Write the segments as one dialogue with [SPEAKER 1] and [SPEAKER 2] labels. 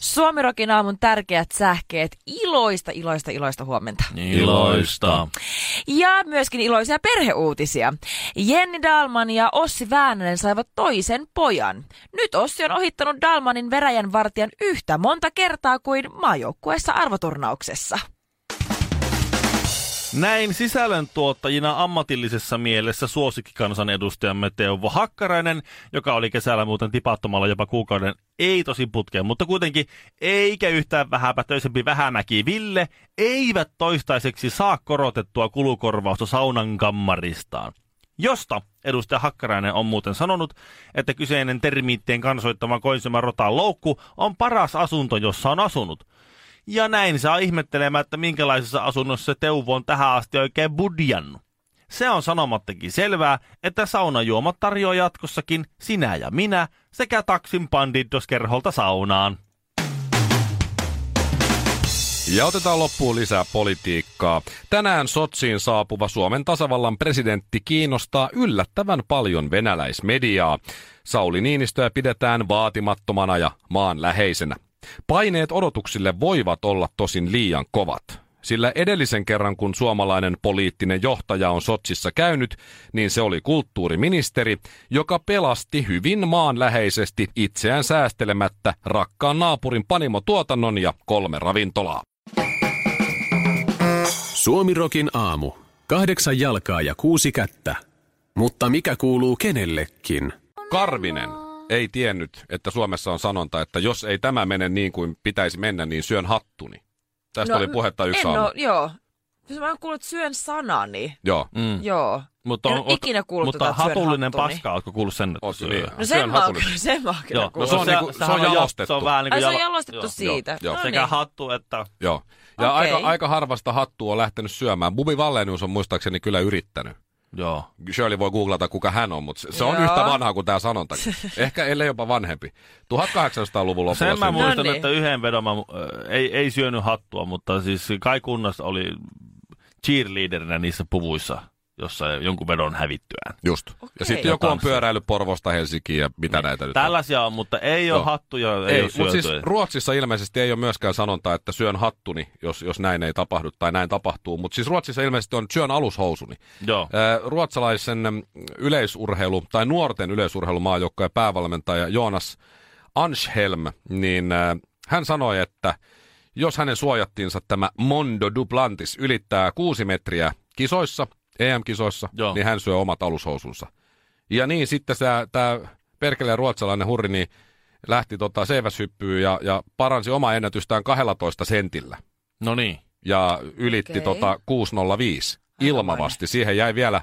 [SPEAKER 1] Suomirokin aamun tärkeät sähkeet. Iloista, iloista, iloista huomenta.
[SPEAKER 2] Niin. Iloista.
[SPEAKER 1] Ja myöskin iloisia perheuutisia. Jenni Dalman ja Ossi Väänänen saivat toisen pojan. Nyt Ossi on ohittanut Dalmanin veräjän vartijan yhtä monta kertaa kuin maajoukkueessa arvoturnauksessa.
[SPEAKER 2] Näin sisällöntuottajina ammatillisessa mielessä suosikkikansanedustajamme Teuvo Hakkarainen, joka oli kesällä muuten tipattomalla jopa kuukauden, ei tosi putkeen, mutta kuitenkin eikä yhtään vähäpätöisempi vähämäki Ville, eivät toistaiseksi saa korotettua kulukorvausta saunan kammaristaan. Josta edustaja Hakkarainen on muuten sanonut, että kyseinen termiittien kansoittama koinsema rotaan loukku on paras asunto, jossa on asunut. Ja näin saa ihmettelemään, että minkälaisessa asunnossa se Teuvo on tähän asti oikein budjannut. Se on sanomattakin selvää, että saunajuomat tarjoaa jatkossakin sinä ja minä sekä taksin pandidoskerholta saunaan.
[SPEAKER 3] Ja otetaan loppuun lisää politiikkaa. Tänään Sotsiin saapuva Suomen tasavallan presidentti kiinnostaa yllättävän paljon venäläismediaa. Sauli Niinistöä pidetään vaatimattomana ja maan läheisenä. Paineet odotuksille voivat olla tosin liian kovat. Sillä edellisen kerran, kun suomalainen poliittinen johtaja on Sotsissa käynyt, niin se oli kulttuuriministeri, joka pelasti hyvin maanläheisesti itseään säästelemättä rakkaan naapurin panimotuotannon ja kolme ravintolaa.
[SPEAKER 4] Suomirokin aamu. Kahdeksan jalkaa ja kuusi kättä. Mutta mikä kuuluu kenellekin?
[SPEAKER 3] Karvinen ei tiennyt, että Suomessa on sanonta, että jos ei tämä mene niin kuin pitäisi mennä, niin syön hattuni. Tästä oli puhetta yksi
[SPEAKER 1] No, en
[SPEAKER 3] aamu.
[SPEAKER 1] oo- joo. Siis Mä oon kuullut syön sanani.
[SPEAKER 3] Joo.
[SPEAKER 2] Mm.
[SPEAKER 1] Joo.
[SPEAKER 2] Mutta
[SPEAKER 1] en
[SPEAKER 2] on,
[SPEAKER 1] oo ikinä kuullut
[SPEAKER 2] mutta
[SPEAKER 1] tätä, että syön
[SPEAKER 2] hatullinen
[SPEAKER 1] hattuni.
[SPEAKER 2] paska, ootko kuullut sen? että
[SPEAKER 3] Oot,
[SPEAKER 2] syö?
[SPEAKER 3] niin.
[SPEAKER 1] No
[SPEAKER 3] Syön
[SPEAKER 1] sen mä oon
[SPEAKER 3] hatullinen.
[SPEAKER 1] kyllä, sen mä oon kyllä
[SPEAKER 2] Joo, no
[SPEAKER 1] kuullut.
[SPEAKER 2] se on,
[SPEAKER 3] Se-
[SPEAKER 2] niinku,
[SPEAKER 3] sehän
[SPEAKER 2] sehän
[SPEAKER 3] on
[SPEAKER 2] on
[SPEAKER 3] jalostettu.
[SPEAKER 2] jalostettu. Se on vähän niin
[SPEAKER 1] Ai
[SPEAKER 2] kuin
[SPEAKER 1] se on
[SPEAKER 2] jalo-
[SPEAKER 1] jalostettu
[SPEAKER 2] joo.
[SPEAKER 1] siitä.
[SPEAKER 3] joo.
[SPEAKER 1] No
[SPEAKER 2] Sekä
[SPEAKER 1] niin.
[SPEAKER 2] hattu että...
[SPEAKER 3] Joo. Ja
[SPEAKER 1] Okei.
[SPEAKER 3] aika, aika harvasta hattua on lähtenyt syömään. Bubi Valenius on muistaakseni kyllä yrittänyt.
[SPEAKER 2] Joo.
[SPEAKER 3] Shirley voi googlata, kuka hän on, mutta se, se on
[SPEAKER 1] Joo.
[SPEAKER 3] yhtä vanha kuin tämä sanonta. Ehkä ellei jopa vanhempi. 1800-luvun lopulla.
[SPEAKER 2] Sen mä
[SPEAKER 3] syntynyt.
[SPEAKER 2] muistan,
[SPEAKER 1] Noniin.
[SPEAKER 2] että yhden vedon mä, äh, ei, ei syönyt hattua, mutta siis Kai Kunnas oli cheerleaderinä niissä puvuissa, jossa jonkun vedon hävittyään.
[SPEAKER 3] Just. Ja
[SPEAKER 1] Okei.
[SPEAKER 3] sitten joku on
[SPEAKER 2] Tanssi.
[SPEAKER 3] pyöräillyt Porvosta Helsinkiin ja
[SPEAKER 2] Niin.
[SPEAKER 3] mitä näitä nyt on.
[SPEAKER 2] Tällaisia on, mutta ei ole
[SPEAKER 3] Joo.
[SPEAKER 2] hattuja, ei,
[SPEAKER 3] Ei,
[SPEAKER 2] ole
[SPEAKER 3] mutta
[SPEAKER 2] syöty.
[SPEAKER 3] siis Ruotsissa ilmeisesti ei ole myöskään sanontaa, että syön hattuni, jos, jos näin ei tapahdu tai näin tapahtuu. Mutta siis Ruotsissa ilmeisesti on syön alushousuni.
[SPEAKER 2] Joo.
[SPEAKER 3] Ö, Ruotsalaisen mm, yleisurheilu tai nuorten yleisurheilumaajoukkojen päävalmentaja Joonas Anshelm, niin ö, hän sanoi, että jos hänen suojattiinsa tämä Mondo Duplantis ylittää kuusi metriä kisoissa, EM-kisoissa,
[SPEAKER 2] Joo.
[SPEAKER 3] niin hän syö omat alushousunsa. Ja niin sitten tämä perkeleen ruotsalainen hurri niin lähti tota seiväshyppyyn ja, ja paransi omaa ennätystään 12 sentillä
[SPEAKER 2] No niin.
[SPEAKER 3] ja ylitti
[SPEAKER 1] Okei.
[SPEAKER 3] tota 605 ilmavasti. Siihen jäi vielä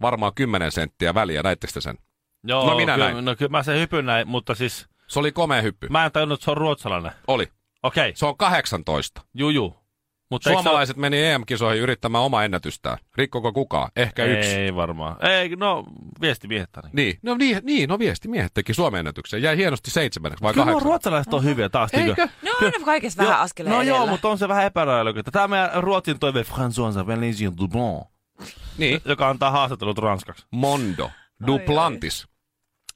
[SPEAKER 3] varmaan 10 senttiä väliä, näittekö te sen?
[SPEAKER 2] Joo,
[SPEAKER 3] No minä
[SPEAKER 2] kyllä,
[SPEAKER 3] näin.
[SPEAKER 2] No kyllä mä sen hypyn näin, mutta siis
[SPEAKER 3] Se oli komea hyppy. Mä...
[SPEAKER 2] mä en tajunnut, että se on ruotsalainen.
[SPEAKER 3] Oli.
[SPEAKER 2] Okei, okay.
[SPEAKER 3] Se on 18.
[SPEAKER 2] juju. Mutta eikö se ole-
[SPEAKER 3] Suomalaiset meni EM-kisoihin yrittämään omaa ennätystään. Rikkoko kukaan? Ehkä ei. yksi.
[SPEAKER 2] Ei varmaan. Ei, no viesti miehettäni.
[SPEAKER 3] Niin. No, niin, niin, no viestimiehet teki Suomen ennätyksen. Jäi hienosti seitsemänneksi vai
[SPEAKER 2] Kyllä nuo
[SPEAKER 3] kahdeksan.
[SPEAKER 2] ruotsalaiset on hyviä taas. tiiäkö?
[SPEAKER 3] Eikö?
[SPEAKER 1] Ne on No aina kaikessa vähän
[SPEAKER 2] Joo,
[SPEAKER 1] askeleen
[SPEAKER 2] No joo,
[SPEAKER 1] edellä.
[SPEAKER 2] mutta on se vähän epäräilykätä. Tämä meidän ruotsin toive François Valensin Dublon,
[SPEAKER 3] Niin.
[SPEAKER 2] joka antaa haastattelut ranskaksi.
[SPEAKER 3] Mondo. Duplantis.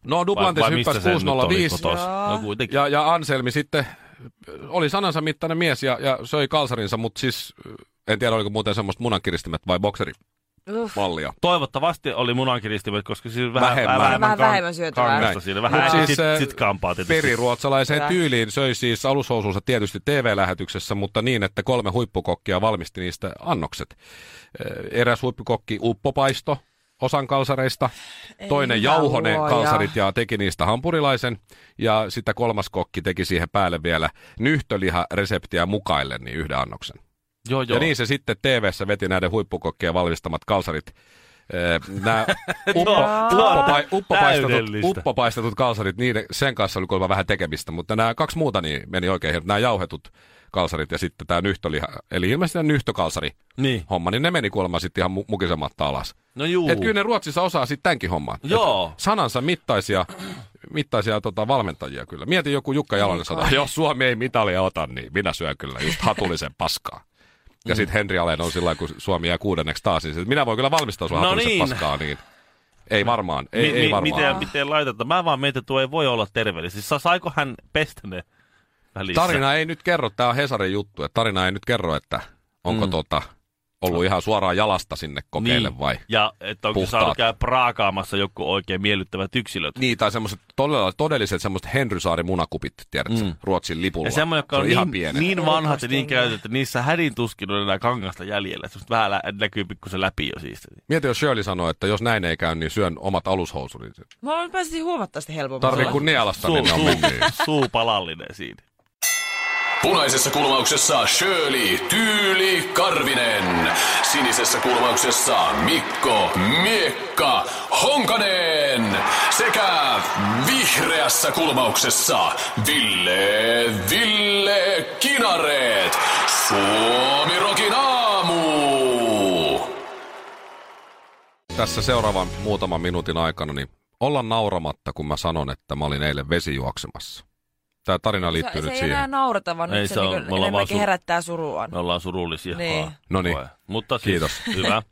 [SPEAKER 3] No Duplantis
[SPEAKER 2] Vai- vai mistä
[SPEAKER 3] hyppäsi
[SPEAKER 2] se nyt oli
[SPEAKER 3] 605
[SPEAKER 2] kotoisin?
[SPEAKER 1] Joo.
[SPEAKER 2] No kuitenkin.
[SPEAKER 3] Ja, ja Anselmi sitten oli sanansa mittainen mies ja, ja söi kalsarinsa, mutta siis en tiedä oliko muuten semmoista munankiristimet vai bokserimallia.
[SPEAKER 1] Uff,
[SPEAKER 2] Toivottavasti oli munankiristimet, koska siis vähän
[SPEAKER 3] Vähemmän.
[SPEAKER 1] Vähän
[SPEAKER 2] kan-
[SPEAKER 1] vähemmän syötävää.
[SPEAKER 2] kangasta
[SPEAKER 3] Näin.
[SPEAKER 2] siinä. Vähän
[SPEAKER 3] Mut
[SPEAKER 2] siis,
[SPEAKER 3] siis,
[SPEAKER 2] sit,
[SPEAKER 3] äh,
[SPEAKER 2] sit kampaa tietysti.
[SPEAKER 3] Periruotsalaiseen
[SPEAKER 1] Kyllä.
[SPEAKER 3] tyyliin söi siis alushousunsa tietysti TV-lähetyksessä, mutta niin, että kolme huippukokkia valmisti niistä annokset. Ö, Eräs huippukokki uppopaisto osan kalsareista,
[SPEAKER 1] Ei
[SPEAKER 3] toinen
[SPEAKER 1] hyvä
[SPEAKER 3] jauhone
[SPEAKER 1] luoja.
[SPEAKER 3] kalsarit ja teki niistä hampurilaisen, ja sitten kolmas kokki teki siihen päälle vielä nyhtölihareseptiä mukaille niin yhden annoksen.
[SPEAKER 2] Joo,
[SPEAKER 3] Joo.
[SPEAKER 2] joo.
[SPEAKER 3] Ja niin se sitten TV-ssä veti näiden huippukokkien valmistamat kalsarit. Nämä uppo,
[SPEAKER 2] Tuo-
[SPEAKER 3] uppopai, uppopaistetut,
[SPEAKER 2] täydellistä.
[SPEAKER 3] uppopaistetut kalsarit, niiden, sen kanssa oli kuulemma vähän tekemistä, mutta nämä kaksi muuta niin meni oikein hienosti. Nämä jauhetut kalsarit ja sitten tämä nyhtöliha, eli ilmeisesti tämä nyhtökalsari
[SPEAKER 2] Niin.
[SPEAKER 3] homma, niin ne meni kuulemma sitten ihan mu- mukisematta alas.
[SPEAKER 2] No juu.
[SPEAKER 3] Et kyllä ne Ruotsissa osaa sitten tämänkin homman. Et
[SPEAKER 2] Joo.
[SPEAKER 3] sanansa mittaisia, mittaisia tota, valmentajia kyllä. Mieti joku Jukka Jalonen sanoi, jos Suomi ei mitalia ota, niin minä syön kyllä just hatullisen paskaa.
[SPEAKER 2] Mm.
[SPEAKER 3] Ja sitten Henri Alen on sillä lailla, kun Suomi jää kuudenneksi taas, niin sit, että minä voin kyllä valmistaa sua
[SPEAKER 2] No
[SPEAKER 3] hatullisen
[SPEAKER 2] niin.
[SPEAKER 3] paskaa, niin ei varmaan, ei,
[SPEAKER 2] mi-
[SPEAKER 3] ei
[SPEAKER 2] mi-
[SPEAKER 3] varmaan.
[SPEAKER 2] Miten, miten laitetta? Mä vaan mietin, että tuo ei voi olla terveellistä. Siis saiko hän pestä ne välissä?
[SPEAKER 3] Tarina ei nyt kerro, tämä on Hesarin juttu, että tarina ei nyt kerro, että onko mm. tota, ollut ihan suoraan jalasta sinne kokeille niin. vai...
[SPEAKER 2] Ja että onko
[SPEAKER 3] Puhtaat.
[SPEAKER 2] saanut käydä praakaamassa joku oikein miellyttävät yksilöt.
[SPEAKER 3] Niin, tai semmoiset todella, todelliset semmoiset Henrysaari munakupit, tiedätkö, mm. Ruotsin lipulla.
[SPEAKER 2] Ja semmoinen, joka
[SPEAKER 3] Se
[SPEAKER 2] on,
[SPEAKER 3] ihan
[SPEAKER 2] niin,
[SPEAKER 3] pienet.
[SPEAKER 2] niin vanhat ja niin käytetty, että niissä hädin tuskin on enää kangasta jäljellä. Semmosta vähän lä- näkyy pikkusen läpi jo siis. siitä.
[SPEAKER 3] Mieti, jos Shirley sanoo, että jos näin ei käy, niin syön omat alushousuni.
[SPEAKER 1] Mä pääsisin huomattavasti helpommalla.
[SPEAKER 3] Tarvii kun nielasta, niin ne on mennyt.
[SPEAKER 2] suu, suu palallinen siinä.
[SPEAKER 4] Punaisessa kulmauksessa Shirley Tyyli Karvinen. Sinisessä kulmauksessa Mikko Miekka Honkanen. Sekä vihreässä kulmauksessa Ville Ville Kinareet. Suomi Rokin aamu.
[SPEAKER 3] Tässä seuraavan muutaman minuutin aikana, niin olla nauramatta, kun mä sanon, että mä olin eilen vesijuoksemassa. Tämä tarina
[SPEAKER 1] Se,
[SPEAKER 3] liittyy
[SPEAKER 1] se
[SPEAKER 3] nyt
[SPEAKER 1] ei
[SPEAKER 3] siihen.
[SPEAKER 1] enää naurata, vaan
[SPEAKER 2] Ei
[SPEAKER 1] nyt se,
[SPEAKER 2] se
[SPEAKER 1] se
[SPEAKER 2] on- me
[SPEAKER 1] niin
[SPEAKER 2] ollaan vaan
[SPEAKER 1] enemmänkin
[SPEAKER 2] su- No.
[SPEAKER 1] herättää suruaan.
[SPEAKER 2] Me ollaan surullisia.
[SPEAKER 1] Niin.
[SPEAKER 2] Aa,
[SPEAKER 3] Noniin.
[SPEAKER 2] voi. Mutta siis,
[SPEAKER 3] No Kiitos.
[SPEAKER 2] Hyvä.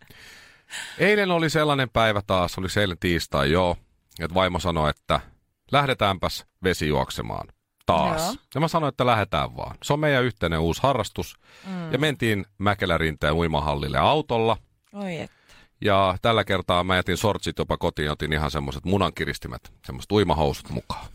[SPEAKER 3] Eilen oli sellainen päivä taas, oli se eilen tiistai, joo, että vaimo sanoi, että lähdetäänpäs vesijuoksemaan taas. Joo.
[SPEAKER 1] Joo.
[SPEAKER 3] Ja mä sanoin, että lähdetään vaan. Se on meidän yhteinen uusi harrastus. Mm. Ja mentiin Mäkelärinteen uimahallille autolla.
[SPEAKER 1] Oi et.
[SPEAKER 3] Ja tällä kertaa mä jätin sortsit jopa kotiin, otin ihan semmoiset munankiristimet, semmoiset uimahousut mukaan.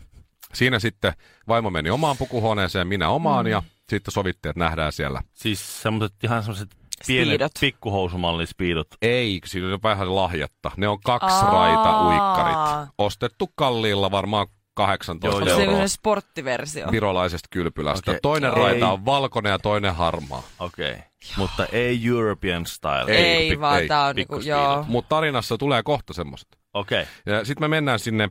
[SPEAKER 3] Siinä sitten vaimo meni omaan pukuhuoneeseen, minä omaan mm. ja sitten sovittiin, että nähdään siellä.
[SPEAKER 2] Siis semmoset ihan semmoset pienet
[SPEAKER 1] Speedot.
[SPEAKER 2] pikkuhousumallin speedot.
[SPEAKER 3] Ei, siinä on vähän lahjatta. Ne on kaksi
[SPEAKER 1] Aa.
[SPEAKER 3] raita uikkarit. Ostettu kalliilla varmaan 18
[SPEAKER 2] Joo,
[SPEAKER 1] Onko se
[SPEAKER 3] euroa
[SPEAKER 1] joku sporttiversio?
[SPEAKER 3] virolaisesta kylpylästä.
[SPEAKER 2] Okei,
[SPEAKER 3] Toinen
[SPEAKER 2] ei.
[SPEAKER 3] raita on valkoinen ja toinen harmaa.
[SPEAKER 2] Okei. Okay. Mutta ei European style.
[SPEAKER 3] Ei,
[SPEAKER 1] Ei,
[SPEAKER 3] kun pik-
[SPEAKER 1] ei vaan
[SPEAKER 3] ei,
[SPEAKER 1] tää on niinku,
[SPEAKER 2] pikkuspiidot.
[SPEAKER 1] joo.
[SPEAKER 3] Mutta tarinassa tulee kohta semmoista.
[SPEAKER 2] Okei. Okay.
[SPEAKER 3] Ja sitten me mennään sinne,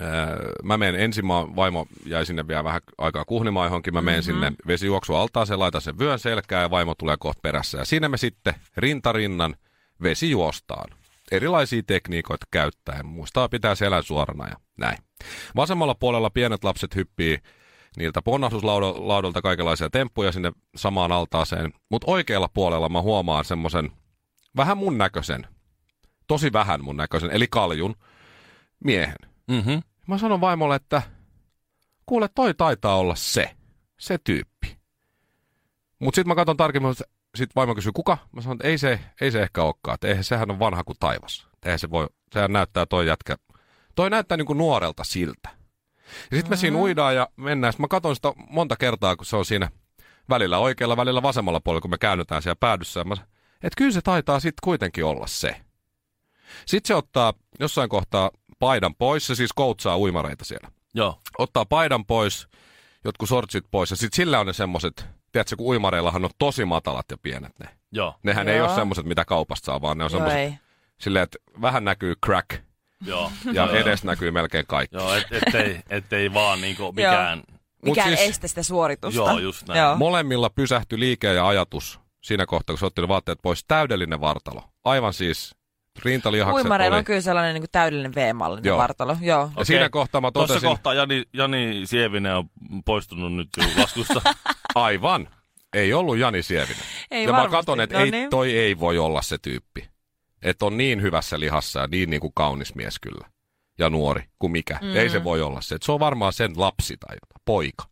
[SPEAKER 3] ää, mä menen ensin, mä, vaimo jäi sinne vielä vähän aikaa kuhnimaan johonkin, mä menen mm-hmm. sinne vesijuoksualtaaseen, laitan sen vyön selkään ja vaimo tulee kohta perässä. Ja siinä me sitten rintarinnan vesijuostaan. Erilaisia tekniikoita käyttäen, muistaa pitää selän suorana ja näin. Vasemmalla puolella pienet lapset hyppii niiltä ponnahduslaudolta kaikenlaisia temppuja sinne samaan altaaseen, mutta oikealla puolella mä huomaan semmoisen vähän mun näköisen, tosi vähän mun näköisen, eli kaljun miehen.
[SPEAKER 2] Mm-hmm.
[SPEAKER 3] Mä sanon vaimolle, että kuule, toi taitaa olla se, se tyyppi. Mut sit mä katson tarkemmin, että sit vaimo kysyy, kuka? Mä sanon, että ei se, ei se ehkä olekaan, että eihän sehän on vanha kuin taivas. Että Eihän se voi, sehän näyttää toi jätkä, toi näyttää niinku nuorelta siltä. Ja sit me siinä uidaan ja mennään, sit mä katson sitä monta kertaa, kun se on siinä välillä oikealla, välillä vasemmalla puolella, kun me käännytään siellä päädyssä. Ja Mä, sanon, että kyllä se taitaa sit kuitenkin olla se. Sitten se ottaa jossain kohtaa paidan pois, se siis koutsaa uimareita siellä.
[SPEAKER 2] Joo.
[SPEAKER 3] Ottaa paidan pois, jotkut sortsit pois ja sitten sillä on ne semmoset, tiedätkö kun uimareillahan on tosi matalat ja pienet ne.
[SPEAKER 2] Joo.
[SPEAKER 3] Nehän Joo. ei
[SPEAKER 1] Joo.
[SPEAKER 3] ole semmoset, mitä kaupasta saa, vaan ne on
[SPEAKER 1] Joo,
[SPEAKER 2] siis-
[SPEAKER 3] semmoset
[SPEAKER 1] ei.
[SPEAKER 3] silleen, että vähän näkyy crack
[SPEAKER 2] Joo.
[SPEAKER 3] ja
[SPEAKER 1] Mhm.
[SPEAKER 2] Joo,
[SPEAKER 3] edes näkyy melkein kaikki.
[SPEAKER 2] Joo, et, ettei, ettei vaan niinku mikään...
[SPEAKER 1] Mikään
[SPEAKER 3] siis-
[SPEAKER 1] siis, estä sitä suoritusta.
[SPEAKER 2] Joo, just näin.
[SPEAKER 1] Joo.
[SPEAKER 3] Molemmilla pysähtyi liike ja ajatus siinä kohtaa, kun se otti ne vaatteet pois. Täydellinen vartalo. Aivan siis rintalihakset
[SPEAKER 1] Uimareilla
[SPEAKER 3] oli.
[SPEAKER 1] on kyllä sellainen niin täydellinen V-mallinen
[SPEAKER 3] Joo.
[SPEAKER 1] vartalo. Joo.
[SPEAKER 3] Ja siinä
[SPEAKER 2] Okei.
[SPEAKER 3] kohtaa mä
[SPEAKER 2] Tuossa
[SPEAKER 3] totesin,
[SPEAKER 2] kohtaa Jani, Jani Sievinen on poistunut nyt jo laskusta.
[SPEAKER 3] aivan, ei ollut Jani Sievinen.
[SPEAKER 1] Ei
[SPEAKER 3] ja
[SPEAKER 1] varmasti.
[SPEAKER 3] mä katson, että
[SPEAKER 1] No
[SPEAKER 3] ei,
[SPEAKER 1] niin.
[SPEAKER 3] toi ei voi olla se tyyppi. Että on niin hyvässä lihassa ja niin, niin kuin kaunis mies kyllä. Ja nuori kuin mikä. Mm. Ei se voi olla se. Et se on varmaan sen lapsi tai jotain, poika.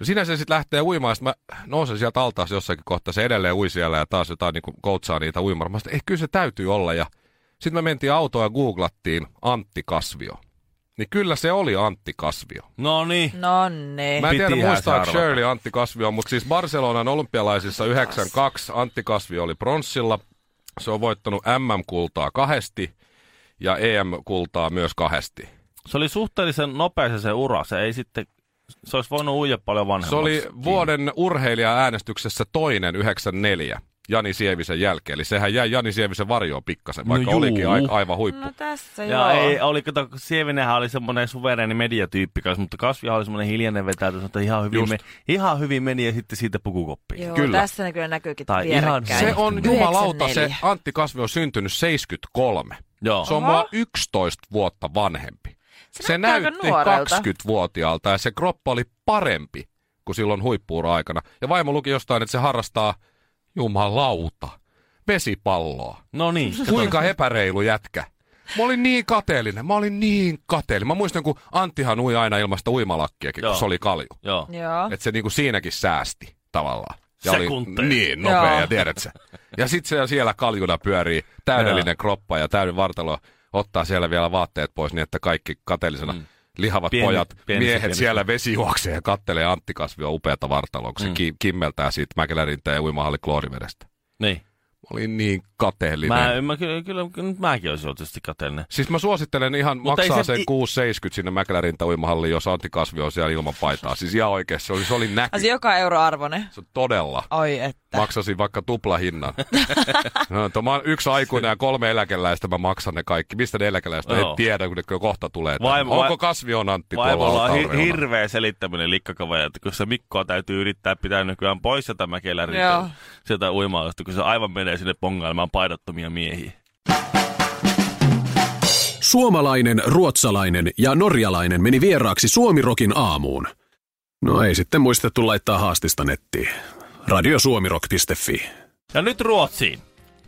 [SPEAKER 3] No siinä se sitten lähtee uimaan, ja sit mä nousen sieltä altaassa jossakin kohtaa, se edelleen ui siellä ja taas jotain niin koutsaa niitä uimaan. Mä sanoin, että kyllä se täytyy olla. Ja sitten me mentiin autoon ja googlattiin Antti Kasvio. Niin kyllä se oli Antti Kasvio.
[SPEAKER 2] no niin.
[SPEAKER 1] No niin.
[SPEAKER 3] Mä en tiedä
[SPEAKER 2] Pitihän se
[SPEAKER 3] muistaako
[SPEAKER 2] arvata.
[SPEAKER 3] Shirley Antti Kasvio, mutta siis Barcelonan olympialaisissa 92 Antti Kasvio oli pronssilla. Se on voittanut MM-kultaa kahdesti ja EM-kultaa myös kahdesti.
[SPEAKER 2] Se oli suhteellisen nopea se, se ura. Se ei sitten... Se olisi voinut uida paljon
[SPEAKER 3] Se
[SPEAKER 2] vanhemmaksi.
[SPEAKER 3] oli vuoden urheilija-äänestyksessä toinen 94. Jani Sievisen jälkeen. Eli sehän jäi Jani Sievisen varjoon pikkasen, vaikka
[SPEAKER 2] No
[SPEAKER 3] no
[SPEAKER 2] juu.
[SPEAKER 3] olikin a- aivan huippu.
[SPEAKER 1] No tässä joo.
[SPEAKER 2] Ja ei, oli, kato, Sievinenhän oli semmoinen suvereeni mediatyyppi kanssa, mutta Kasvihan oli semmoinen hiljainen vetäytys, että ihan hyvin,
[SPEAKER 3] Just.
[SPEAKER 2] me, ihan hyvin meni ja sitten siitä pukukoppiin.
[SPEAKER 1] Joo,
[SPEAKER 3] Kyllä.
[SPEAKER 1] tässä ne kyllä näkyykin
[SPEAKER 2] Tai ihan
[SPEAKER 1] vierekkäin.
[SPEAKER 3] Se on jumalauta, se
[SPEAKER 1] 94.
[SPEAKER 3] Antti Kasvi on syntynyt 73.
[SPEAKER 2] Joo.
[SPEAKER 3] Se on
[SPEAKER 1] Oho.
[SPEAKER 3] mua 11 vuotta vanhempi.
[SPEAKER 1] Se
[SPEAKER 3] se
[SPEAKER 1] näyttää
[SPEAKER 3] näytti
[SPEAKER 1] aika nuorelta.
[SPEAKER 3] 20-vuotiaalta ja se kroppa oli parempi kuin silloin huippuura aikana. Ja vaimo luki jostain, että se harrastaa jumalauta, vesipalloa.
[SPEAKER 2] No niin. kato.
[SPEAKER 3] Kuinka epäreilu jätkä. Mä olin niin kateellinen, mä olin niin kateellinen. Mä muistan, kun Anttihan ui aina ilmasta uimalakkiakin,
[SPEAKER 2] Joo.
[SPEAKER 3] kun se oli kalju.
[SPEAKER 2] Joo.
[SPEAKER 1] Joo.
[SPEAKER 3] Että se niinku siinäkin säästi tavallaan.
[SPEAKER 2] Sekunteja.
[SPEAKER 3] niin, nopea,
[SPEAKER 1] Joo.
[SPEAKER 3] ja tiedät sä. Ja sit se siellä kaljuna pyörii täydellinen
[SPEAKER 2] Joo.
[SPEAKER 3] kroppa ja täyden vartalo ottaa siellä vielä vaatteet pois niin, että kaikki kateellisena
[SPEAKER 2] Mm.
[SPEAKER 3] lihavat
[SPEAKER 2] Pieni-
[SPEAKER 3] pojat,
[SPEAKER 2] pienissä
[SPEAKER 3] miehet
[SPEAKER 2] pienissä.
[SPEAKER 3] siellä vesi juoksee ja kattelee Antti Kasvio upeata vartaloa, kun se
[SPEAKER 2] Mm.
[SPEAKER 3] ki- kimmeltää siitä Mäkelärintä ja uimahalli kloorivedestä.
[SPEAKER 2] Niin.
[SPEAKER 3] Mä olin niin kateellinen.
[SPEAKER 2] Mä, mä, kyllä, kyllä, kyllä nyt mäkin olisin ollut tietysti kateellinen.
[SPEAKER 3] Siis mä suosittelen ihan
[SPEAKER 2] Mutta
[SPEAKER 3] Mutta maksaa
[SPEAKER 2] ei
[SPEAKER 3] se...
[SPEAKER 2] se-
[SPEAKER 3] sen 6,70 sinne Mäkelärintä uimahalliin, jos Antti Kasvio on siellä ilman paitaa. Siis ihan oikeesti, se oli, se oli näky.
[SPEAKER 1] Asi joka euro arvone.
[SPEAKER 3] Se on todella.
[SPEAKER 1] Ai että.
[SPEAKER 3] Maksasin vaikka tuplahinnan. no, että mä oon yksi aikuinen ja kolme eläkeläistä, mä maksan ne kaikki. Mistä ne eläkeläiset? on?
[SPEAKER 2] Joo.
[SPEAKER 3] En tiedä, kun ne kyllä kohta tulee. tänne.
[SPEAKER 2] Vaimo-
[SPEAKER 3] Onko
[SPEAKER 2] vai-
[SPEAKER 3] kasvi on Antti
[SPEAKER 2] Vaimolla
[SPEAKER 3] tuolla
[SPEAKER 2] on hi-
[SPEAKER 3] altareunalla?
[SPEAKER 2] hirveä selittäminen likkakaveri, että kun se Mikkoa täytyy yrittää pitää nykyään pois sieltä
[SPEAKER 1] Joo.
[SPEAKER 2] mäkeläriltä sieltä uimaalasta, kun se aivan menee sinne pongailemaan paidattomia miehiä.
[SPEAKER 4] Suomalainen, ruotsalainen ja norjalainen meni vieraaksi Suomirokin aamuun. No ei sitten muistettu laittaa haastista nettiin. Radiosuomirok.fi
[SPEAKER 2] Ja nyt Ruotsiin.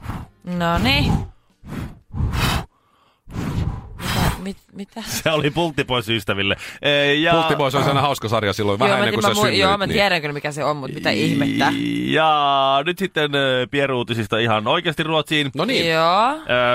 [SPEAKER 1] No niin. Mitä? Mit, mitä?
[SPEAKER 2] Se oli pultti pois ystäville. Ee, Ja...
[SPEAKER 3] Pultti Boys on aina hauska sarja silloin, vähän
[SPEAKER 1] joo, mä,
[SPEAKER 3] ennen kuin
[SPEAKER 1] mä,
[SPEAKER 3] sä
[SPEAKER 1] mui-
[SPEAKER 3] synnyit.
[SPEAKER 1] joo, mä
[SPEAKER 3] niin. no
[SPEAKER 1] tiedän kyllä mikä se on, mutta mitä ihmettä.
[SPEAKER 2] Ja nyt sitten ö, pieruutisista ihan oikeasti Ruotsiin.
[SPEAKER 3] No niin,
[SPEAKER 1] Joo.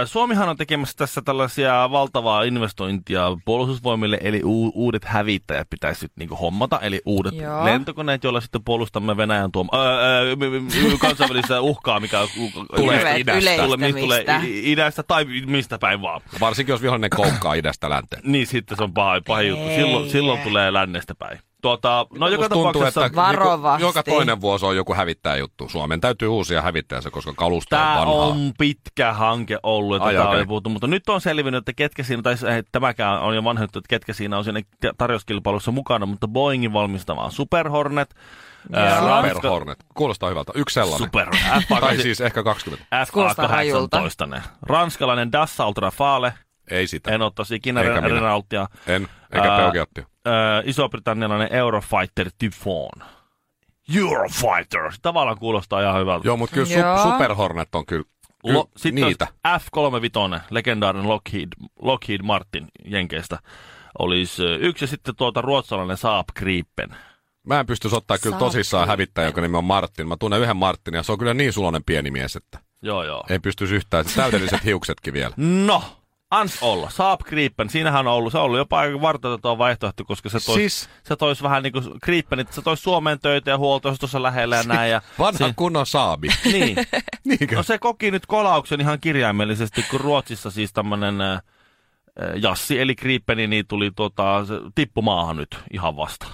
[SPEAKER 2] Ö, Suomihan on tekemässä tässä tällaisia valtavaa investointia puolustusvoimille, eli u- uudet hävittäjät pitäisi nyt niinku hommata, eli uudet
[SPEAKER 1] Joo.
[SPEAKER 2] Joo. lentokoneet, joilla sitten puolustamme Venäjän tuoma- ö, ö, m- m- kansainvälistä uhkaa, mikä u-
[SPEAKER 3] Tulee
[SPEAKER 1] Hirveet
[SPEAKER 3] idästä.
[SPEAKER 2] Tulee,
[SPEAKER 1] yleistämistä.
[SPEAKER 2] mistä tulee i- idästä tai mistä päin vaan.
[SPEAKER 3] varsinkin jos vihollinen koukkaa idästä länteen.
[SPEAKER 2] Niin sitten se on paha, paha juttu. Silloin,
[SPEAKER 1] Ei.
[SPEAKER 2] silloin tulee lännestä päin. Tuota, no joka
[SPEAKER 3] Musta tuntuu,
[SPEAKER 2] tapauksessa...
[SPEAKER 3] että niinku
[SPEAKER 1] Varovasti.
[SPEAKER 3] joka toinen vuosi on joku hävittäjä juttu. Suomen täytyy uusia hävittäjänsä, koska kalusto on
[SPEAKER 2] Tämä
[SPEAKER 3] vanhaa.
[SPEAKER 2] on pitkä hanke ollut, että
[SPEAKER 3] Ai,
[SPEAKER 2] tämä
[SPEAKER 3] okei.
[SPEAKER 2] on puhuttu, mutta nyt on selvinnyt, että ketkä siinä, tai se- ei, tämäkään on jo vanhettu, että ketkä siinä on siinä tarjouskilpailussa mukana, mutta Boeingin valmistama Super Hornet, ää,
[SPEAKER 1] Joo.
[SPEAKER 2] Ranska-
[SPEAKER 3] Super Hornet. Kuulostaa hyvältä. Yksi sellainen.
[SPEAKER 2] Super
[SPEAKER 3] Tai
[SPEAKER 2] Hornet,
[SPEAKER 3] siis ehkä 20.
[SPEAKER 1] Kuulostaa rajulta.
[SPEAKER 2] FA-18, ranskalainen Dassault Rafale,
[SPEAKER 3] Ei sitä. En,
[SPEAKER 2] en ottaisi ikinä
[SPEAKER 3] Eikä
[SPEAKER 2] Ren-
[SPEAKER 3] minä.
[SPEAKER 2] Renaultia,
[SPEAKER 3] en enkä
[SPEAKER 2] Ää,
[SPEAKER 3] Peugeotia.
[SPEAKER 2] Ää, iso-britannialainen Äh, Eurofighter Typhoon. Eurofighter, se tavallaan kuulostaa ihan hyvältä.
[SPEAKER 3] Joo, mutta kyllä
[SPEAKER 1] Joo.
[SPEAKER 3] su- Super Hornet on kyllä, kyllä
[SPEAKER 2] Lo, sitten
[SPEAKER 3] niitä.
[SPEAKER 2] olisi F-35, legendaarinen Lockheed, Lockheed Martin Jenkeistä, olisi ö, yksi ja sitten tuota ruotsalainen Saab Gripen.
[SPEAKER 3] Mä en pysty ottaa kyllä
[SPEAKER 1] Saat
[SPEAKER 3] tosissaan
[SPEAKER 1] kyllä.
[SPEAKER 3] hävittäjä, jonka nimi on Martin. Mä tunnen yhden Martin ja se on kyllä niin sulonen pieni mies, että
[SPEAKER 2] Joo, joo.
[SPEAKER 3] ei pystyisi yhtään. Se Täydelliset hiuksetkin vielä.
[SPEAKER 2] No, ans olla. Saab Gripen, siinähän on ollut, se on ollut jopa aika vartoitettava vaihtoehto, koska se toisi
[SPEAKER 3] Siis-
[SPEAKER 2] siis... se tois vähän niin kuin Gripenit, se toisi Suomeen töitä ja huoltoa, se olisi tuossa lähellä ja näin. Ja,
[SPEAKER 3] Siis Vanha
[SPEAKER 2] si-
[SPEAKER 3] kunnon saabi.
[SPEAKER 2] niin.
[SPEAKER 3] Niinkö?
[SPEAKER 2] No se koki nyt kolauksen ihan kirjaimellisesti, kun Ruotsissa siis tämmöinen äh, Jassi eli Gripeni niin tuli tota, se tippu maahan nyt ihan vasta.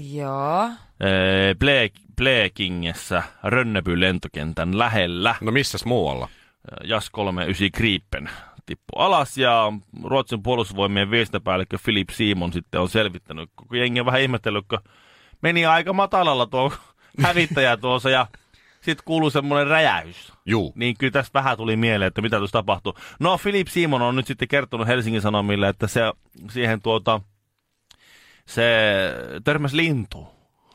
[SPEAKER 1] Joo.
[SPEAKER 2] Ee, Ble- Blekingessä Rönnebyn lentokentän lähellä.
[SPEAKER 3] No missäs muualla?
[SPEAKER 2] JAS 39 Gripen tippui alas ja Ruotsin puolustusvoimien viestintäpäällikkö Philip Simon sitten on selvittänyt, koko jengi on vähän ihmetellyt, kun meni aika matalalla tuo hävittäjä tuossa ja sitten kuului semmoinen räjäys.
[SPEAKER 3] Juu.
[SPEAKER 2] Niin kyllä tässä vähän tuli mieleen, että mitä tuossa tapahtuu. No Philip Simon on nyt sitten kertonut Helsingin Sanomille, että se siihen tuota, se törmäsi lintuun.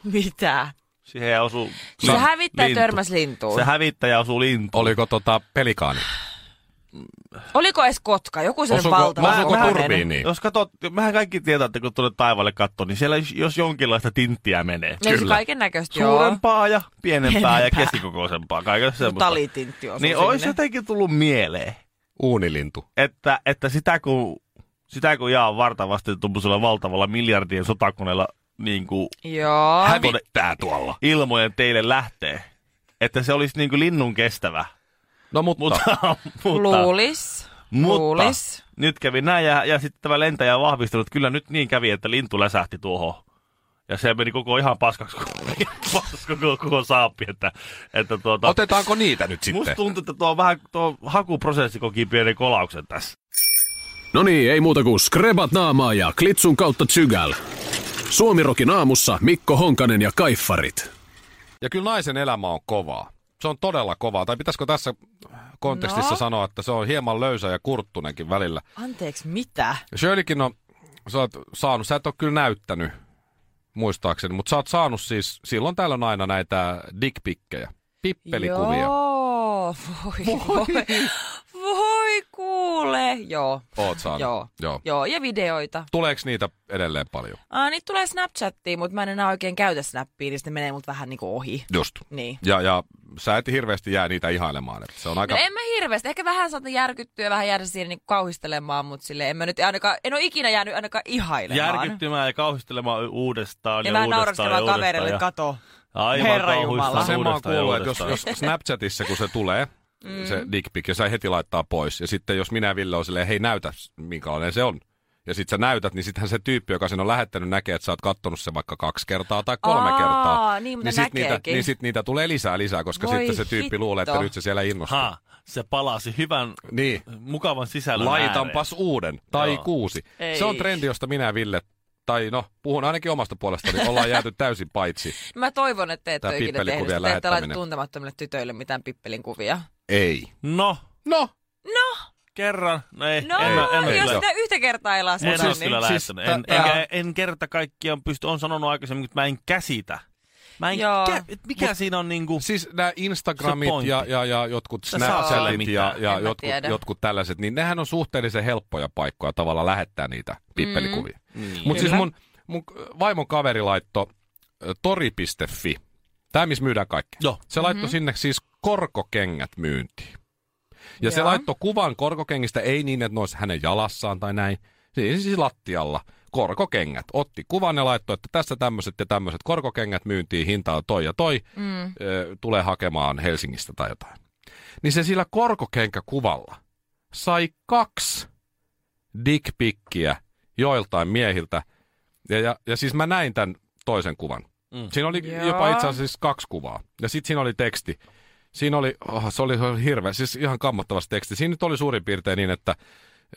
[SPEAKER 1] Mitä?
[SPEAKER 2] Siihen osuu
[SPEAKER 1] Se hävittäjä
[SPEAKER 2] lintu.
[SPEAKER 1] törmäs lintuun.
[SPEAKER 2] Se hävittäjä osuu lintuun.
[SPEAKER 3] Oliko tota pelikaani?
[SPEAKER 1] Oliko edes kotka? Joku sen
[SPEAKER 3] Osuuko-
[SPEAKER 1] valtava.
[SPEAKER 3] osuuko
[SPEAKER 1] kokoinen.
[SPEAKER 3] turbiiniin?
[SPEAKER 2] niin. Jos katsot, mehän kaikki tietää, että kun tuonne taivaalle katsoo, niin siellä jos- jos jonkinlaista tinttiä menee.
[SPEAKER 1] No siis kaiken näköistä, joo.
[SPEAKER 2] Suurempaa ja pienempää ja
[SPEAKER 1] Pienempää.
[SPEAKER 2] keskikokoisempaa, kaikkea
[SPEAKER 1] Joku
[SPEAKER 2] semmoista.
[SPEAKER 1] Talitintti osui
[SPEAKER 2] Niin
[SPEAKER 1] sinne.
[SPEAKER 2] olisi jotenkin tullut mieleen,
[SPEAKER 3] Uunilintu.
[SPEAKER 2] että, että sitä kun, sitä kun jaa vartavasti tuommoisella valtavalla miljardien sotakoneella niin kuin
[SPEAKER 1] Joo.
[SPEAKER 3] Hävittää tuolla.
[SPEAKER 2] ilmojen teille lähtee, että se olisi niin kuin linnun kestävä.
[SPEAKER 3] No mutta,
[SPEAKER 2] Mutta, mutta,
[SPEAKER 1] Luulis.
[SPEAKER 2] Mutta
[SPEAKER 1] Luulis.
[SPEAKER 2] nyt kävi näin ja, ja sitten tämä lentäjä on vahvistanut, että kyllä nyt niin kävi, että lintu läsähti tuohon Ja se meni koko ihan paskaksi koko, paskaksi koko, koko saappi. Että, että tuota,
[SPEAKER 3] Otetaanko niitä nyt sitten?
[SPEAKER 2] Musta tuntuu, että tuo, on vähän, tuo hakuprosessi koki pienen kolauksen tässä.
[SPEAKER 4] No niin, ei muuta kuin skrebat naamaa ja klitsun kautta tsygäl. Suomirokin aamussa Mikko Honkanen ja Kaiffarit.
[SPEAKER 3] Ja kyllä naisen elämä on kovaa. Se on todella kovaa. Tai pitäisikö tässä kontekstissa
[SPEAKER 1] No.
[SPEAKER 3] sanoa, että se on hieman löysä ja kurttunenkin välillä.
[SPEAKER 1] Anteeksi, mitä?
[SPEAKER 3] Shirleykin on, sä oot saanut, sä et ole kyllä näyttänyt, muistaakseni, mutta sä oot saanut siis, silloin täällä on aina näitä dickpikkejä, pippelikuvia.
[SPEAKER 1] Joo, voi, voi, voi kuule. Joo,
[SPEAKER 3] Oot saanut.
[SPEAKER 1] joo,
[SPEAKER 3] Joo.
[SPEAKER 1] joo, ja videoita.
[SPEAKER 3] Tuleeko niitä edelleen paljon?
[SPEAKER 1] Aa, niitä tulee Snapchattiin, mutta mä en enää oikein käytä Snappia, niin sitten menee mut vähän niinku ohi.
[SPEAKER 3] Just.
[SPEAKER 1] Niin.
[SPEAKER 3] Ja, ja sä et hirveästi jää niitä ihailemaan. Että se on aika...
[SPEAKER 1] No en mä hirveästi. Ehkä vähän saata järkyttyä ja vähän jäädä siihen niinku kauhistelemaan, mutta sille en mä nyt ainakaan, en ole ikinä jäänyt ainakaan ihailemaan.
[SPEAKER 2] Järkyttymään ja kauhistelemaan uudestaan ja,
[SPEAKER 1] Ja vähän
[SPEAKER 2] uudestaan
[SPEAKER 1] naureskelemaan
[SPEAKER 2] ja
[SPEAKER 1] kavereille,
[SPEAKER 2] uudestaan. ja-
[SPEAKER 1] kato.
[SPEAKER 2] Aivan
[SPEAKER 1] Herra
[SPEAKER 2] kauhuissaan
[SPEAKER 1] Jumala.
[SPEAKER 3] Sen mä oon
[SPEAKER 2] uudestaan ja
[SPEAKER 3] kuullut, että jos,
[SPEAKER 2] uudestaan.
[SPEAKER 3] jos Snapchatissa kun se tulee, mm. se dick pic, ja sä heti laittaa pois. Ja sitten jos minä ja Ville on silleen, hei näytä minkälainen se on. Ja sit sä näytät, niin sittenhän se tyyppi, joka sen on lähettänyt, näkee, että sä oot kattonut sen vaikka kaksi kertaa tai kolme
[SPEAKER 1] Aa,
[SPEAKER 3] kertaa.
[SPEAKER 1] niin, mutta
[SPEAKER 3] niin, sit niitä,
[SPEAKER 1] näkeekin.
[SPEAKER 3] niin sit niitä tulee lisää lisää, koska
[SPEAKER 1] Voi
[SPEAKER 3] sitten se tyyppi
[SPEAKER 1] hitto.
[SPEAKER 3] luulee, että nyt se siellä innostuu.
[SPEAKER 2] Ha, se palasi hyvän,
[SPEAKER 3] Niin.
[SPEAKER 2] mukavan sisällön ääreen.
[SPEAKER 3] Laitanpas uuden tai
[SPEAKER 2] Joo.
[SPEAKER 3] kuusi.
[SPEAKER 1] Ei.
[SPEAKER 3] Se on trendi, josta minä ja Ville, tai no, puhun ainakin omasta puolestani, ollaan jääty täysin paitsi.
[SPEAKER 1] Mä toivon, että te ette
[SPEAKER 3] Tää
[SPEAKER 1] ole ikinä tehnyt
[SPEAKER 3] pippelikuvien
[SPEAKER 1] sitä, että laita
[SPEAKER 3] lähettäminen.
[SPEAKER 1] tuntemattomille tytöille mitään pippelin kuvia.
[SPEAKER 3] Ei.
[SPEAKER 2] No,
[SPEAKER 3] No,
[SPEAKER 2] kerran. No ei,
[SPEAKER 1] No,
[SPEAKER 2] en, mä- en, mä
[SPEAKER 3] Eh, ei
[SPEAKER 1] jos
[SPEAKER 2] kyllä.
[SPEAKER 3] ole.
[SPEAKER 1] sitä yhtä kertaa ei
[SPEAKER 2] En
[SPEAKER 3] Mut
[SPEAKER 2] ole
[SPEAKER 3] siis-
[SPEAKER 2] kyllä
[SPEAKER 1] niin.
[SPEAKER 3] siis
[SPEAKER 2] lähettänyt.
[SPEAKER 3] tä-
[SPEAKER 2] En,
[SPEAKER 3] tää-
[SPEAKER 2] enkä, en kerta kaikkiaan pysty, on sanonut aikaisemmin, että mä en käsitä. Mä en
[SPEAKER 1] Joo.
[SPEAKER 2] kä- et mikä siinä on niinku...
[SPEAKER 3] Siis nämä
[SPEAKER 2] Se
[SPEAKER 3] Instagramit
[SPEAKER 2] pointti.
[SPEAKER 3] ja, ja, ja jotkut
[SPEAKER 2] Sä saat sillä
[SPEAKER 3] Snapchatit ja,
[SPEAKER 2] mitään.
[SPEAKER 3] ja
[SPEAKER 1] En mä
[SPEAKER 3] jotkut,
[SPEAKER 1] tiedä.
[SPEAKER 3] jotkut tällaiset, niin nehän on suhteellisen helppoja paikkoja tavalla lähettää niitä pippelikuvia. Mm. Mutta siis mun, mun vaimon kaveri laittoi ö, tori.fi, tämä missä myydään kaikki.
[SPEAKER 2] Joo.
[SPEAKER 3] Se laittoi mm-hmm. sinne siis korkokengät myyntiin. Ja se
[SPEAKER 1] Joo.
[SPEAKER 3] laittoi kuvan korkokengistä, ei niin, että ne olisi hänen jalassaan tai näin. Siis, siis lattialla korkokengät. Otti kuvan ja laittoi, että tässä tämmöiset ja tämmöiset korkokengät myyntiin, hinta on toi ja toi. Mm. Ö, tulee hakemaan Helsingistä tai jotain. Niin se sillä korkokenkäkuvalla sai kaksi dickpikkiä joiltain miehiltä. Ja, ja, ja siis mä näin tämän toisen kuvan. Mm. Siinä oli
[SPEAKER 1] Joo.
[SPEAKER 3] jopa itse asiassa siis kaksi kuvaa. Ja sitten siinä oli teksti. Siinä oli, oh, se oli se oli hirveä, siis ihan kammottavasti teksti. Siinä nyt oli suurin piirtein niin, että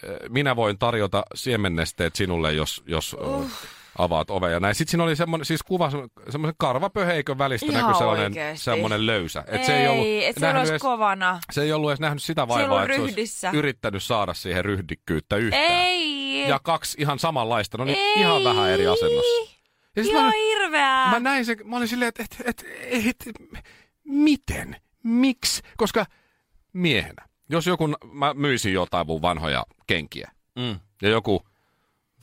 [SPEAKER 3] eh, minä voin tarjota siemennesteet sinulle, jos, jos uh. avaat oven ja näin. Sitten siinä oli semmoinen, siis kuva semmo- semmoisen karvapöheikön välistä
[SPEAKER 1] Ihan
[SPEAKER 3] näkyi sellainen,
[SPEAKER 1] oikeesti.
[SPEAKER 3] sellainen löysä. Et
[SPEAKER 1] ei,
[SPEAKER 3] se ei ollut,
[SPEAKER 1] et se
[SPEAKER 3] nähnyt
[SPEAKER 1] olisi
[SPEAKER 3] edes-
[SPEAKER 1] kovana.
[SPEAKER 3] se ei ollut edes nähnyt sitä
[SPEAKER 1] ei
[SPEAKER 3] vaivaa,
[SPEAKER 1] ollut
[SPEAKER 3] että se olisi
[SPEAKER 1] ryhdissä.
[SPEAKER 3] yrittänyt saada siihen ryhdikkyyttä yhtään.
[SPEAKER 1] Ei,
[SPEAKER 3] Ja kaksi ihan samanlaista, no niin
[SPEAKER 1] Ei.
[SPEAKER 3] ihan vähän eri asennossa. Ja sit
[SPEAKER 1] ihan
[SPEAKER 3] mä,
[SPEAKER 1] hirveää.
[SPEAKER 3] mä näin sen, mä olin silleen, että et, et, et, miten, miksi, koska miehenä, jos joku, mä myisin jotain mun vanhoja kenkiä,
[SPEAKER 2] Mm.
[SPEAKER 3] ja joku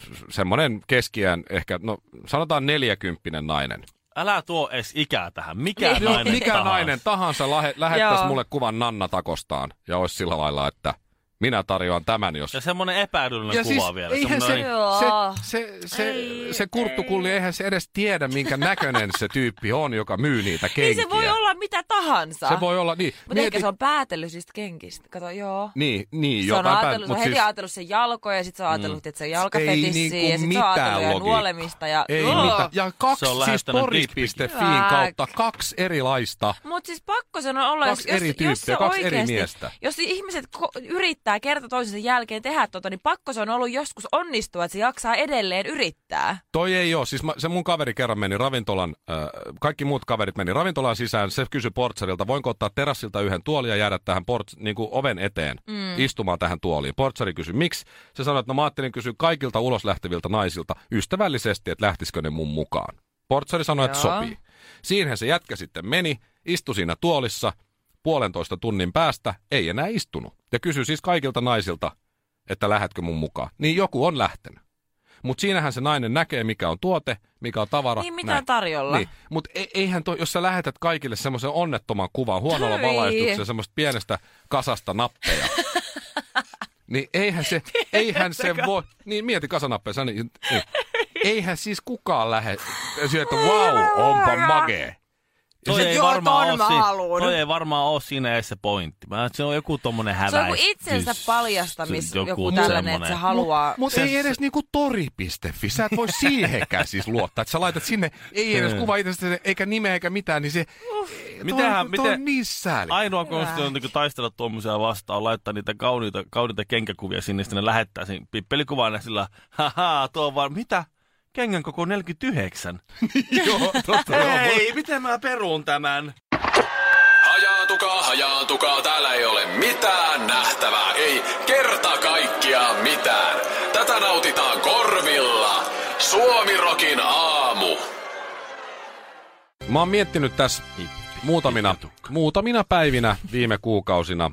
[SPEAKER 3] s- semmonen keskiään ehkä, no sanotaan neljäkymppinen nainen.
[SPEAKER 2] Älä tuo edes ikää tähän. Mikä
[SPEAKER 1] Niin.
[SPEAKER 3] Jos
[SPEAKER 2] nainen
[SPEAKER 3] Mikä
[SPEAKER 2] tahansa.
[SPEAKER 3] nainen tahansa lähe, lähettäisi
[SPEAKER 1] Joo.
[SPEAKER 3] mulle kuvan Nanna-takostaan ja olisi sillä lailla, että minä tarjoan tämän, jos...
[SPEAKER 2] Ja siis semmonen epäilyllinen
[SPEAKER 3] Ja siis
[SPEAKER 2] kuva vielä.
[SPEAKER 3] eihän se,
[SPEAKER 2] semmonen- niin-
[SPEAKER 1] Joo.
[SPEAKER 3] se, se, se,
[SPEAKER 1] Ei,
[SPEAKER 3] se kurttukulli, eihän se edes tiedä, minkä näköinen se tyyppi on, joka myy niitä kenkiä.
[SPEAKER 1] niin se voi olla mitä tahansa.
[SPEAKER 3] Se voi olla, niin.
[SPEAKER 1] Mutta ehkä se on päätellyt niistä kenkistä. Kato, joo.
[SPEAKER 3] Niin, niin
[SPEAKER 1] se on,
[SPEAKER 3] jotain
[SPEAKER 1] ajatellut, se on
[SPEAKER 3] mut
[SPEAKER 1] heti
[SPEAKER 3] siis- Mm.
[SPEAKER 1] ajatellut sen jalkoja ja sitten se on ajatellut, että se
[SPEAKER 3] Ei
[SPEAKER 1] jalkafetissiä
[SPEAKER 3] niinku
[SPEAKER 1] ja sitten se on
[SPEAKER 3] mitään
[SPEAKER 1] ajatellut
[SPEAKER 3] logiikkaa.
[SPEAKER 1] ja nuolemista. Ja,
[SPEAKER 3] Ei
[SPEAKER 1] Joo.
[SPEAKER 3] mitään. Ja kaksi
[SPEAKER 2] Se on
[SPEAKER 3] siis
[SPEAKER 2] lähettänyt
[SPEAKER 3] tori.fiin
[SPEAKER 1] dick-pic.
[SPEAKER 3] kautta kaksi erilaista.
[SPEAKER 1] Mutta siis pakko sen on olla,
[SPEAKER 3] Kaksi
[SPEAKER 1] jos, jos,
[SPEAKER 3] eri
[SPEAKER 1] jos
[SPEAKER 3] tyyppiä,
[SPEAKER 1] se
[SPEAKER 3] kaksi eri
[SPEAKER 1] oikeasti-
[SPEAKER 3] miestä.
[SPEAKER 1] Jos ihmiset ko- yrittää kerta toisensa jälkeen tehdä tota, niin pakko se on ollut joskus onnistua, että se jaksaa edelleen yrittää.
[SPEAKER 3] Toi ei ole. Siis mä, se mun kaveri kerran meni ravintolan, äh, kaikki muut kaverit meni ravintolan sisään. Se kysyi portsarilta, voinko ottaa terassilta yhden tuolin ja jäädä tähän ports, niin kuin oven eteen mm. istumaan tähän tuoliin. Portsari kysyi, miksi? Se sanoi, että no mä ajattelin kysyä kaikilta ulos lähteviltä naisilta ystävällisesti, että lähtisikö ne mun mukaan. Portsari sanoi, että
[SPEAKER 1] Joo.
[SPEAKER 3] sopii. Siihen se jätkä sitten meni, istui siinä tuolissa puolentoista tunnin päästä, ei enää istunut. Ja kysyi siis kaikilta naisilta, että lähetkö mun mukaan. Niin joku on lähtenyt. Mutta siinähän se nainen näkee, mikä on tuote, mikä on tavara.
[SPEAKER 1] Niin mitä on tarjolla.
[SPEAKER 3] Niin. Mutta e- eihän toi, jos sä lähetät kaikille semmoisen onnettoman kuvan, huonolla
[SPEAKER 1] Ei.
[SPEAKER 3] valaistuksella, semmoista pienestä kasasta nappeja. niin eihän se, eihän se voi, niin mieti kasanappeja, sä niin, niin. eihän siis kukaan lähde, sieltä, että wow, onpa magee.
[SPEAKER 2] Toi
[SPEAKER 5] Sä-
[SPEAKER 2] ei,
[SPEAKER 5] joo,
[SPEAKER 2] varmaan
[SPEAKER 5] ton mä
[SPEAKER 2] oo si-
[SPEAKER 5] haluun.
[SPEAKER 2] toi ei varmaan ole siinä edes se pointti. Mä, se on joku tommonen
[SPEAKER 1] Se on
[SPEAKER 2] häväistys.
[SPEAKER 1] joku itsensä paljastamis, joku, joku
[SPEAKER 2] semmonen.
[SPEAKER 1] tällainen, että se haluaa...
[SPEAKER 5] Mut
[SPEAKER 2] Se-
[SPEAKER 5] ei edes niinku tori.fi, sä et voi siihenkään siis luottaa, että sä laitat sinne, ei edes
[SPEAKER 3] Hmm.
[SPEAKER 5] kuva itsestäsi, eikä nimeä eikä mitään, niin se,
[SPEAKER 2] Mitähän-
[SPEAKER 5] toi, toi
[SPEAKER 2] miten-
[SPEAKER 5] on niin sääli.
[SPEAKER 2] Ainoa konsti on niin kuin taistella tuommoisia vastaan, on laittaa niitä kauniita, kauniita kenkäkuvia sinne, sitten ne lähettää sen pippelikuvan ja sillä, haha, tuo on vaan, mitä? Kengän koko 49.
[SPEAKER 5] Joo, totta.
[SPEAKER 2] Hei, miten mä peruun tämän?
[SPEAKER 4] Hajaatukaa, hajaatukaa, täällä ei ole mitään nähtävää, ei kerta kaikkiaan mitään. Tätä nautitaan korvilla. Suomirokin aamu.
[SPEAKER 3] Mä oon miettinyt tässä muutamina, muutamina päivinä viime kuukausina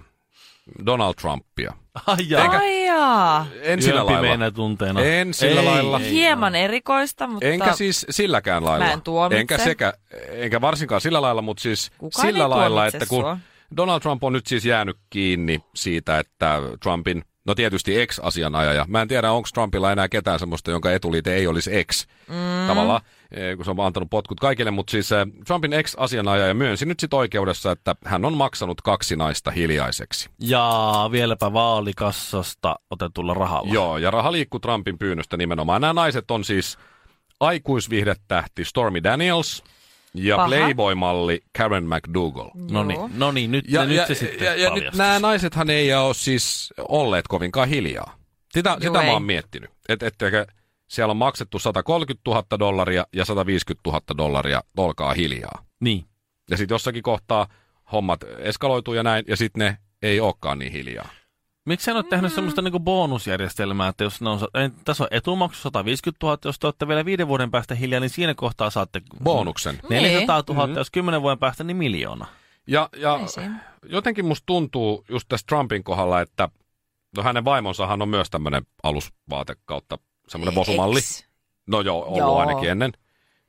[SPEAKER 3] Donald Trumpia.
[SPEAKER 2] Ai jaa.
[SPEAKER 1] Ai jaa.
[SPEAKER 3] En sillä lailla.
[SPEAKER 2] Yönpimeinä tunteena.
[SPEAKER 3] En sillä
[SPEAKER 2] Ei,
[SPEAKER 3] lailla.
[SPEAKER 2] ei.
[SPEAKER 1] Hieman erikoista, mutta...
[SPEAKER 3] Enkä siis silläkään lailla.
[SPEAKER 1] Mä en tuomitse.
[SPEAKER 3] Enkä, sekä, enkä varsinkaan sillä lailla, mutta siis
[SPEAKER 1] Kukaan ei
[SPEAKER 3] sillä lailla,
[SPEAKER 1] tuomitse
[SPEAKER 3] että kun
[SPEAKER 1] sua.
[SPEAKER 3] Donald Trump on nyt siis jäänyt kiinni siitä, että Trumpin, no tietysti ex-asianajaja, mä en tiedä onko Trumpilla enää ketään semmoista, jonka etuliite ei olisi ex, mm. tavallaan, eh, kun se on antanut potkut kaikille, mutta siis eh, Trumpin ex-asianajaja myönsi nyt sit oikeudessa, että hän on maksanut kaksi naista hiljaiseksi.
[SPEAKER 2] Jaa, vieläpä vaalikassasta otetulla rahalla.
[SPEAKER 3] Joo, ja raha liikkuu Trumpin pyynnöstä nimenomaan. Nämä naiset on siis aikuisvihdetähti Stormy Daniels ja
[SPEAKER 1] Paha. Mm.
[SPEAKER 3] Playboy-malli Karen McDougall.
[SPEAKER 2] No niin, no niin, nyt, ja, nyt se sitten
[SPEAKER 3] ja, ja nyt
[SPEAKER 2] paljastus.
[SPEAKER 3] nämä naisethan ei ole siis olleet kovinkaan hiljaa. Sitä,
[SPEAKER 1] Joo,
[SPEAKER 3] sitä
[SPEAKER 1] ei.
[SPEAKER 3] mä oon miettinyt. Et, etteikö siellä on maksettu 130 000 dollaria ja 150 000 dollaria, olkaa hiljaa.
[SPEAKER 2] Niin.
[SPEAKER 3] Ja sitten jossakin kohtaa hommat eskaloituu ja näin, ja sitten ne ei olekaan niin hiljaa.
[SPEAKER 1] Mm.
[SPEAKER 2] Miksi sä en ole tehnyt semmoista niinku bonusjärjestelmää, että jos ne on, sa- ei, tässä on etumaksu 150 000, jos te olette vielä viiden vuoden päästä hiljaa, niin siinä kohtaa saatte
[SPEAKER 3] Bonuksen.
[SPEAKER 1] Niin.
[SPEAKER 2] 400 000, mm-hmm. jos kymmenen vuoden päästä, niin miljoona.
[SPEAKER 3] Ja, ja
[SPEAKER 1] Ei siinä.
[SPEAKER 3] jotenkin musta tuntuu just tässä Trumpin kohdalla, että no hänen vaimonsahan on myös tämmöinen alusvaate kautta semmoinen
[SPEAKER 2] Niin,
[SPEAKER 3] vosumalli.
[SPEAKER 1] Eks.
[SPEAKER 3] No joo, ollut
[SPEAKER 1] Joo.
[SPEAKER 3] joo. ainakin ennen.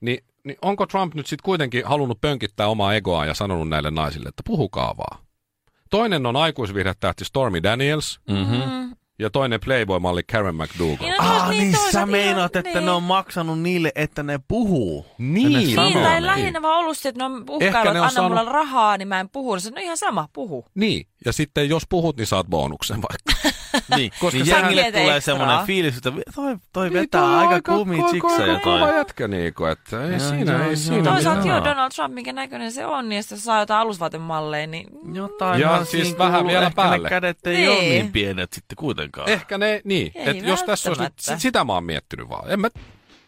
[SPEAKER 3] Ni, niin onko Trump nyt sitten kuitenkin halunnut pönkittää omaa egoaan ja sanonut näille naisille, että puhukaa vaan. Toinen on aikuisvihdetähti Stormy Daniels
[SPEAKER 2] Mm-hmm.
[SPEAKER 1] Mm.
[SPEAKER 3] ja toinen Playboy-malli Karen McDougall.
[SPEAKER 1] Niin, no,
[SPEAKER 2] Ah,
[SPEAKER 1] just niin, toisaalta ihan- niin.
[SPEAKER 2] maksanut niille, että ne puhuu.
[SPEAKER 3] Niin,
[SPEAKER 2] Sama.
[SPEAKER 1] Niin, tai
[SPEAKER 2] Niin.
[SPEAKER 1] lähinnä vaan ollut se, että ne on
[SPEAKER 3] Ehkä
[SPEAKER 1] uhkailut,
[SPEAKER 3] ne
[SPEAKER 1] että
[SPEAKER 3] on
[SPEAKER 1] anna
[SPEAKER 3] saanut-
[SPEAKER 1] mulla rahaa, niin mä en puhu. Niin Se on ihan sama, puhu.
[SPEAKER 3] Niin, ja sitten jos puhut, niin saat bonuksen vaikka.
[SPEAKER 2] niin,
[SPEAKER 3] Koska
[SPEAKER 2] niin
[SPEAKER 3] sä Niin,
[SPEAKER 2] jengille
[SPEAKER 1] tiedät
[SPEAKER 2] tulee
[SPEAKER 1] ekstraa.
[SPEAKER 2] semmoinen fiilis, että vi- toi, toi vetää Niin, aika kumia chiksejä toi.
[SPEAKER 3] Kova jätkä niinku, että ei
[SPEAKER 2] Joo,
[SPEAKER 3] siinä,
[SPEAKER 2] joo,
[SPEAKER 3] ei
[SPEAKER 2] joo.
[SPEAKER 3] siinä
[SPEAKER 2] Toisaalta
[SPEAKER 1] Toisaalta
[SPEAKER 3] mitään.
[SPEAKER 1] joo, Donald Trump, minkä näköinen se on, niin jos se saa jotain alusvaatemalleja, niin
[SPEAKER 2] Jotain
[SPEAKER 3] Ja
[SPEAKER 2] ihan
[SPEAKER 3] siis
[SPEAKER 2] siinä
[SPEAKER 3] vähän
[SPEAKER 2] kuuluu.
[SPEAKER 3] vielä
[SPEAKER 2] Ehkä
[SPEAKER 3] päälle.
[SPEAKER 2] Ne kädet ei niin. ole
[SPEAKER 1] Niin.
[SPEAKER 2] niin pienet sitten kuitenkaan.
[SPEAKER 3] Ehkä ne, niin.
[SPEAKER 1] Ei
[SPEAKER 3] Et jos tässä olisi nyt,
[SPEAKER 1] välttämättä.
[SPEAKER 3] sit, sitä mä oon miettinyt vaan. En mä,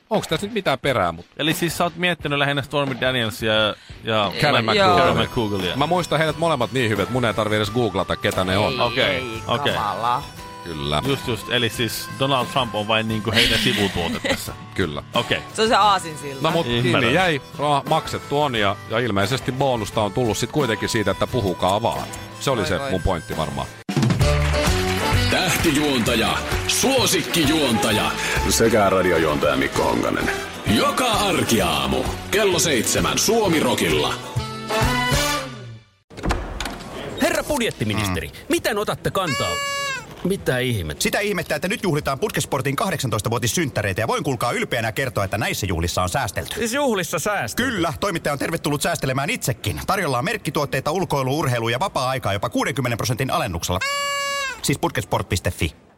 [SPEAKER 3] onko tässä nyt mitään perää, mutta
[SPEAKER 2] Eli siis sä oot miettinyt lähinnä Stormy Danielsia ja, ja
[SPEAKER 3] Karen
[SPEAKER 2] Mac-
[SPEAKER 3] McDougallia.
[SPEAKER 2] Karen McDougallia.
[SPEAKER 3] mä muistan heidät molemmat niin hyvät, mun ei tarvi edes googlata, ketä ne
[SPEAKER 1] Niin.
[SPEAKER 3] on.
[SPEAKER 2] Okei,
[SPEAKER 1] ei
[SPEAKER 2] okei.
[SPEAKER 1] kamala.
[SPEAKER 3] Kyllä,
[SPEAKER 2] Just just, eli siis Donald Trump on vain niinku heidän sivutuote tässä.
[SPEAKER 3] kyllä.
[SPEAKER 2] Okei. Okay.
[SPEAKER 1] Se on se aasinsilta.
[SPEAKER 3] No mut
[SPEAKER 2] Ymmärrän.
[SPEAKER 3] kiinni jäi, Ra- maksettu on ja, ja ilmeisesti bonusta on tullut sit kuitenkin siitä, että puhukaa vaan. Se oli se mun pointti varmaan.
[SPEAKER 4] Tähtijuontaja, suosikkijuontaja sekä radiojuontaja Mikko Honkanen. Joka arkiaamu kello seitsemän Suomirokilla.
[SPEAKER 6] Herra budjettiministeri, mm. miten otatte kantaa? Mitä ihmettä?
[SPEAKER 7] Sitä ihmettä, että nyt juhlitaan Putkesportin 18-vuotissynttäreitä ja voin kuulkaa ylpeänä kertoa, että näissä juhlissa on säästelty.
[SPEAKER 6] Siis juhlissa säästö.
[SPEAKER 7] Kyllä, toimittaja on tervetullut säästelemään itsekin. Tarjolla on merkkituotteita, ulkoilu, urheilu ja vapaa-aikaa jopa 60 prosentin alennuksella. Siis putkesport.fi.